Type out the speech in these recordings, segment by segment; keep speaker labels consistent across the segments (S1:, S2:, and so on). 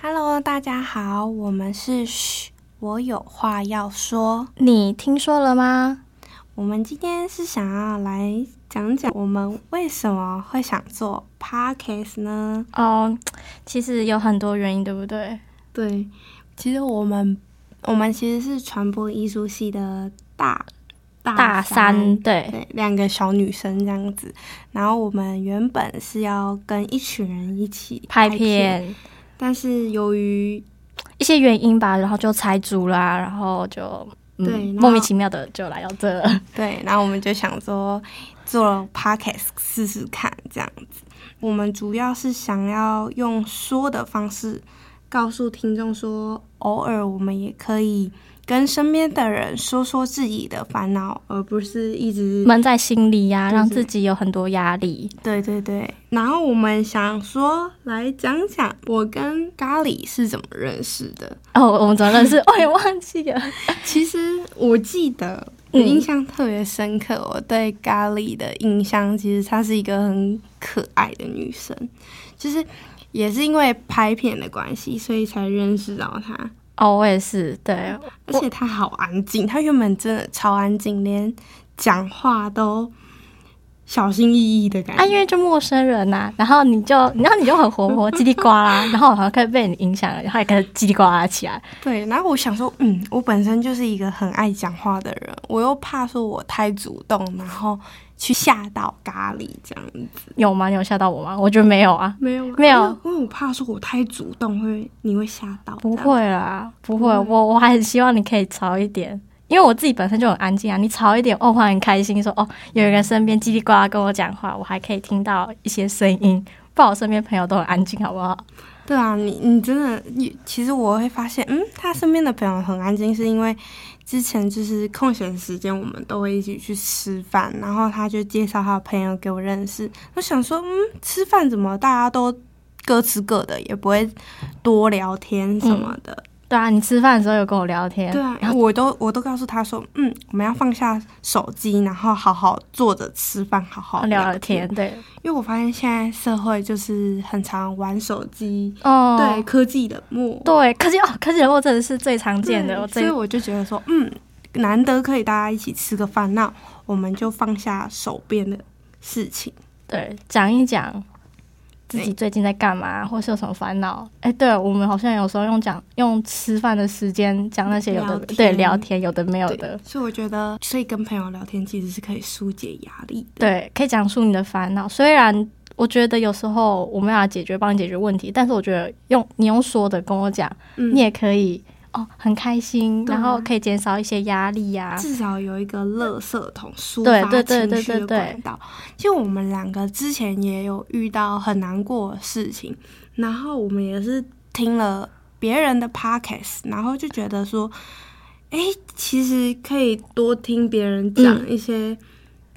S1: Hello，大家好，我们是嘘，我有话要说。
S2: 你听说了吗？
S1: 我们今天是想要来讲讲我们为什么会想做 podcast 呢？
S2: 哦，其实有很多原因，对不对？
S1: 对，其实我们我们其实是传播艺术系的大大
S2: 大三，对，
S1: 对，两个小女生这样子。然后我们原本是要跟一群人一起
S2: 拍
S1: 片，
S2: 片
S1: 但是由于
S2: 一些原因吧，然后就拆组啦，然后就嗯
S1: 对然后
S2: 莫名其妙的就来到这 了。
S1: 对，然后我们就想说做了 podcast 试试看这样子。我们主要是想要用说的方式告诉听众说，偶尔我们也可以跟身边的人说说自己的烦恼，而不是一直
S2: 闷在心里呀、
S1: 就是
S2: 让自己有很多压力。
S1: 对对对。然后我们想说来讲讲我跟咖喱是怎么认识的。
S2: 哦，我们怎么认 识？我也忘记了。
S1: 其实我记得，我
S2: 嗯
S1: 印象特别深刻。我对咖喱的印象，其实她是一个很可爱的女生，就是也是因为拍片的关系，所以才认识到她。
S2: 哦，我也是，对，
S1: 而且她好安静，她原本真的超安静，连讲话都小心翼翼的感
S2: 啊，
S1: 觉。
S2: 因为就陌生人呐、然后你就，然后你就很活 泼，叽里呱啦，然后我好像开始被你影响了，然后也开始叽里呱啦起来。
S1: 对，然后我想说，嗯，我本身就是一个很爱讲话的人，我又怕说我太主动，然后去吓到咖喱这样子。
S2: 有吗？你有吓到我吗？我觉得没有啊，
S1: 没有吗
S2: 没有
S1: 因为因为我怕说我太主动会你会吓到。
S2: 不
S1: 这样，嗯
S2: 会啦，不
S1: 不
S2: 会。
S1: 会
S2: 我我还很希望你可以吵一点，因为我自己本身就很安静啊。你吵一点，哦，我会很开心说哦，有一个人身边叽里呱啦跟我讲话，我还可以听到一些声音。不然我身边朋友都很安静，好不好？
S1: 对啊，你你真的，你其实我会发现，嗯，他身边的朋友很安静，是因为之前就是空闲时间我们都会一起去吃饭，然后他就介绍他的朋友给我认识。我想说，嗯，吃饭怎么大家都各吃各的，也不会多聊天什么的。
S2: 对啊，你吃饭的时候有跟我聊天，
S1: 对啊，我都我都告诉他说，嗯，我们要放下手机，然后好好坐着吃饭，好好
S2: 哦聊
S1: 聊
S2: 了天，对，
S1: 因为我发现现在社会就是很常玩手机，
S2: 哦，
S1: 对科技冷漠，
S2: 对，科技哦，科技人物真的是最常见的，
S1: 对
S2: 我
S1: 所
S2: 最
S1: 以我就觉得说，嗯，难得可以大家一起吃个饭，那我们就放下手边的事情。
S2: 对讲一讲自己最近在干嘛，或是有什么烦恼。哎，对我们好像有时候用讲用吃饭的时间讲那些有的
S1: 聊天
S2: 对聊天有的没有
S1: 对
S2: 的，，
S1: 所以我觉得，所以跟朋友聊天其实是可以疏解压力的。
S2: 对，可以讲述你的烦恼。虽然我觉得有时候我没有办法解决，帮你解决问题，但是我觉得用你用说的跟我讲，
S1: 嗯
S2: 你也可以哦，很开心，
S1: 对啊
S2: 然后可以减少一些压力啊呀、
S1: 至少有一个垃圾桶抒
S2: 对
S1: 发
S2: 对对
S1: 情绪
S2: 对对
S1: 的
S2: 对
S1: 管道。就我们两个之前也有遇到很难过的事情，然后我们也是听了别人的 podcast，然后就觉得说，哎、其实可以多听别人讲一些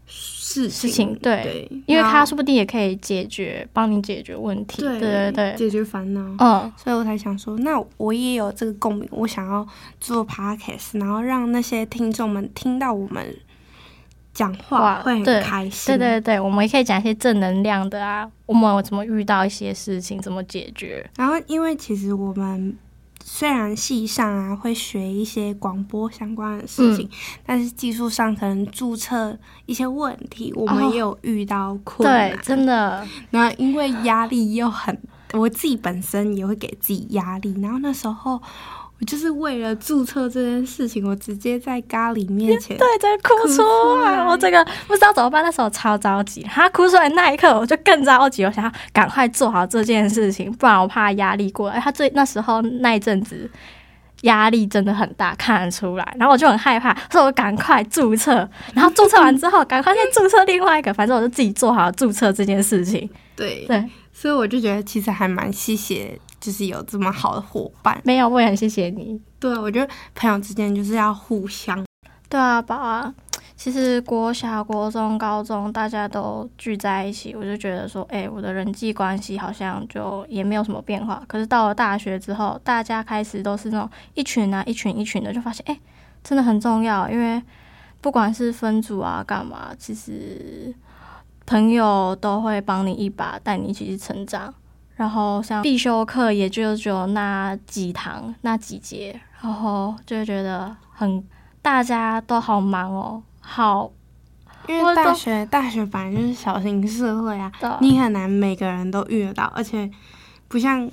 S1: 事情，
S2: 嗯事情对因为他说不定也可以解决，帮你解决问题。
S1: 对
S2: 对对对，
S1: 解决烦恼，
S2: 嗯，
S1: 所以我才想说，那我也有这个共鸣，我想要做 podcast，然后让那些听众们听到我们讲话
S2: 哇
S1: 会
S2: 对
S1: 很开心。
S2: 对对对，我们也可以讲一些正能量的啊，我们有怎么遇到一些事情，怎么解决？
S1: 然后，因为其实我们虽然系上啊会学一些广播相关的事情，
S2: 嗯
S1: 但是技术上可能注册一些问题，我们
S2: 哦
S1: 也有遇到困难。
S2: 对，真的，
S1: 那因为压力又很，我自己本身也会给自己压力。然后那时候，我就是为了注册这件事情，我直接在咖喱面前，
S2: 对，真的哭
S1: 哭
S2: 出
S1: 出
S2: 来，
S1: 来
S2: 我这个不知道怎么办，那时候超着急。他哭出来那一刻，我就更着急，我想要赶快做好这件事情，不然我怕压力过来。他最那时候那一阵子。压力真的很大，看得出来。然后我就很害怕，所以我赶快注册。然后注册完之后，赶快再注册另外一个。反正我就自己做好注册这件事情。
S1: 对
S2: 对，
S1: 所以我就觉得其实还蛮谢谢，就是有这么好的伙伴。
S2: 没有，我也很谢谢你。
S1: 对，我觉得朋友之间就是要互相
S2: 对啊，把其实国小、国中、高中大家都聚在一起，我就觉得说，哎、我的人际关系好像就也没有什么变化。可是到了大学之后，大家开始都是那种一群啊、一群一群的，就发现，哎、真的很重要，因为不管是分组啊、干嘛，其实朋友都会帮你一把，带你一起去成长。然后像必修课，也就只有那几堂、那几节，然后就会觉得很大家都好忙哦，好
S1: 因
S2: 我
S1: 为大
S2: 懂
S1: 学大学本来就是小型社会啊，
S2: 的。
S1: 你很难每个人都遇得到，而且不像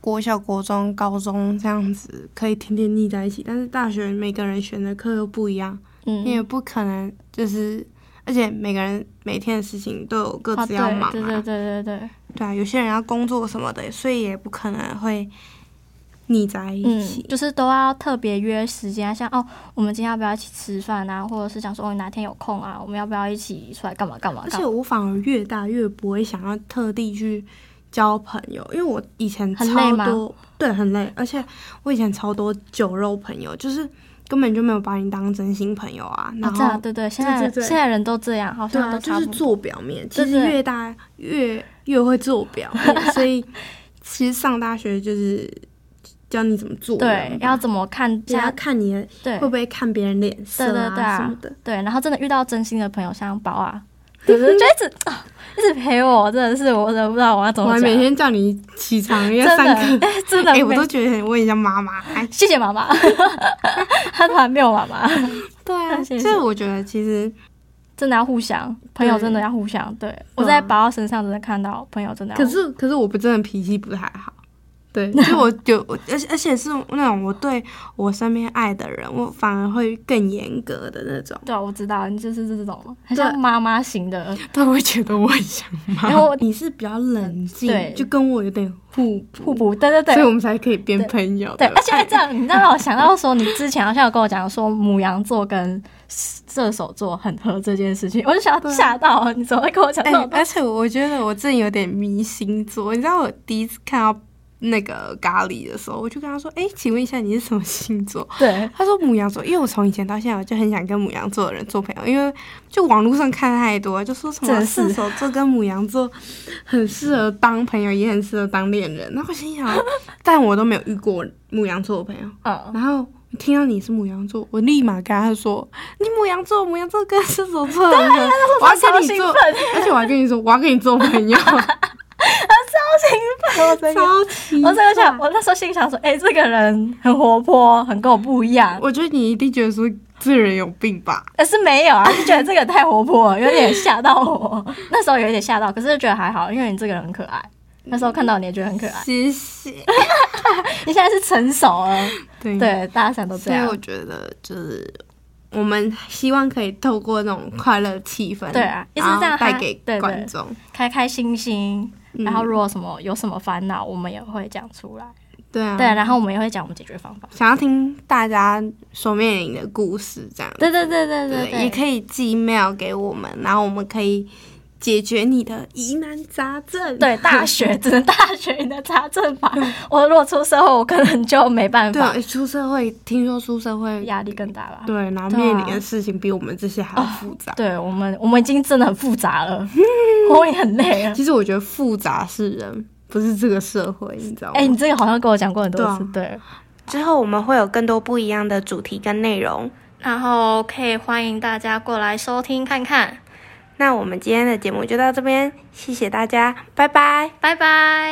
S1: 国小、国中、高中这样子可以天天腻在一起，但是大学每个人选的课又不一样，你也
S2: 嗯，
S1: 不可能就是，而且每个人每天的事情都有各
S2: 啊
S1: 自
S2: 对
S1: 要忙啊，
S2: 对对对对对，
S1: 对啊，有些人要工作什么的，所以也不可能会腻在一
S2: 嗯，
S1: 起。
S2: 就是都要特别约时间啊，像哦，我们今天要不要一起吃饭啊，或者是想说哦，你哪天有空啊，我们要不要一起出来干嘛干嘛
S1: 而
S2: 干
S1: 且
S2: 嘛？
S1: 我反而越大越不会想要特地去交朋友，因为我以前
S2: 很累
S1: 超
S2: 吗
S1: 多，对，很累，而且我以前超多酒肉朋友，就是根本就没有把你当真心朋友啊。然
S2: 啊，
S1: 后、
S2: 这样对对，现在
S1: 对
S2: 人
S1: 对对
S2: 现在人都这样，好
S1: 对
S2: 像
S1: 啊，
S2: 都
S1: 就
S2: 差
S1: 是
S2: 不多。
S1: 做表面，其
S2: 对
S1: 实
S2: 对
S1: 越大越越会做表 面，所以其实上大学就是教你怎么做
S2: 对
S1: 人，吧
S2: 要怎么看
S1: 也要
S2: 家？
S1: 看你的
S2: 对
S1: 会不会看别人脸色
S2: 对对
S1: 啊
S2: 对啊
S1: 什么 的。
S2: 对，然后真的遇到真心的朋友，像宝啊，对对，就一直啊一直陪我，真的是我真的不知道我要怎
S1: 我
S2: 么
S1: 还
S2: 讲
S1: 每，天叫你起床要
S2: 真
S1: 上课，
S2: 的真 的
S1: 哎、
S2: 没，
S1: 我都觉得我很像妈妈。 哎
S2: 谢谢妈妈，他突然没有妈妈，
S1: 对啊，
S2: 谢
S1: 所
S2: 谢
S1: 以我觉得其实
S2: 真的要互相，朋友真的要互相。对我在宝宝身上真的看到朋友真的要，
S1: 可是可是我不真的脾气不太好，对，就我有，我而且而且是那种我对我身边爱的人，我反而会更严格的那种。
S2: 对啊，我知道你就是这种，很
S1: 对
S2: 像妈妈型的，
S1: 他会觉得我很像妈。
S2: 然后我
S1: 你是比较冷静
S2: 对，
S1: 就跟我有点互
S2: 互补，对对
S1: 嗯所以
S2: 对。
S1: 我们才可以变朋友。
S2: 对，
S1: 吧
S2: 而且这样，你知道让我想到说，你之前好像有跟我讲说母羊座跟射手座很合这件事情，我就想
S1: 对啊
S2: 吓到你怎么会跟我讲这
S1: 哎、
S2: 种东西？
S1: 而且我觉得我真的有点迷星座。你知道我第一次看到那个咖喱的时候，我就跟他说：“哎、请问一下你是什么星座
S2: 对？”，
S1: 他说母羊座，因为我从以前到现在，我就很想跟母羊座的人做朋友，因为就网络上看太多，就说什么
S2: 真是
S1: 射手座跟母羊座很适合当朋友，也很适合当恋人。然后我心想，但我都没有遇过母羊座的朋友。
S2: 嗯，
S1: 然后我听到你是母羊座，我立马跟他说：“你母羊座，母羊座跟射手座很
S2: 啊
S1: 合，我要
S2: 超
S1: 跟你
S2: 兴
S1: 做
S2: 奋，，
S1: 而且我还跟你说，我要跟你做朋 友，超
S2: 我这个，
S1: 级
S2: 我这个想，
S1: 棒
S2: 我那时候心想说，哎、这个人很活泼，很跟我不一样。
S1: 我觉得你一定觉得说这个人有病吧？
S2: 呃，是没有啊，就觉得这个太活泼了，有点吓到我。 那时候有点吓到，可是觉得还好，因为你这个人很可爱。那时候看到你也觉得很可爱，
S1: 谢谢。
S2: 你现在是成熟了，
S1: 对，
S2: 对，啊大家想都这
S1: 所以
S2: 样
S1: 我。觉得就是。我们希望可以透过那种快乐气氛，
S2: 对啊一直
S1: 然后
S2: 这样
S1: 带
S2: 哈
S1: 给
S2: 对对
S1: 观众。
S2: 开开心心，
S1: 嗯
S2: 然后如果什么有什么烦恼，我们也会讲出来。
S1: 对啊，
S2: 对，然后我们也会讲我们解决方法。
S1: 想要听大家所面临的故事，这样子
S2: 对对对对
S1: 对，
S2: 对，
S1: 也可以寄 email 给我们，然后我们可以解决你的疑难杂症。
S2: 对大学，只能大学你的查证法。我如果出社会，我可能就没办
S1: 对啊，
S2: 法，
S1: 诶出社会听说出社会，
S2: 压力更大吧。
S1: 对，哦然后
S2: 对啊
S1: 面临的事情比我们这些还要复杂。
S2: 对我们，我们已经真的很复杂 了，我也很累了。
S1: 其实我觉得复杂是人，不是这个社会，你知道吗？
S2: 哎、你这个好像跟我讲过很多次，对,、啊
S1: 之后我们会有更多不一样的主题跟内容。
S2: 然后可以欢迎大家过来收听看看，
S1: 那我们今天的节目就到这边，谢谢大家，拜拜。
S2: 拜拜。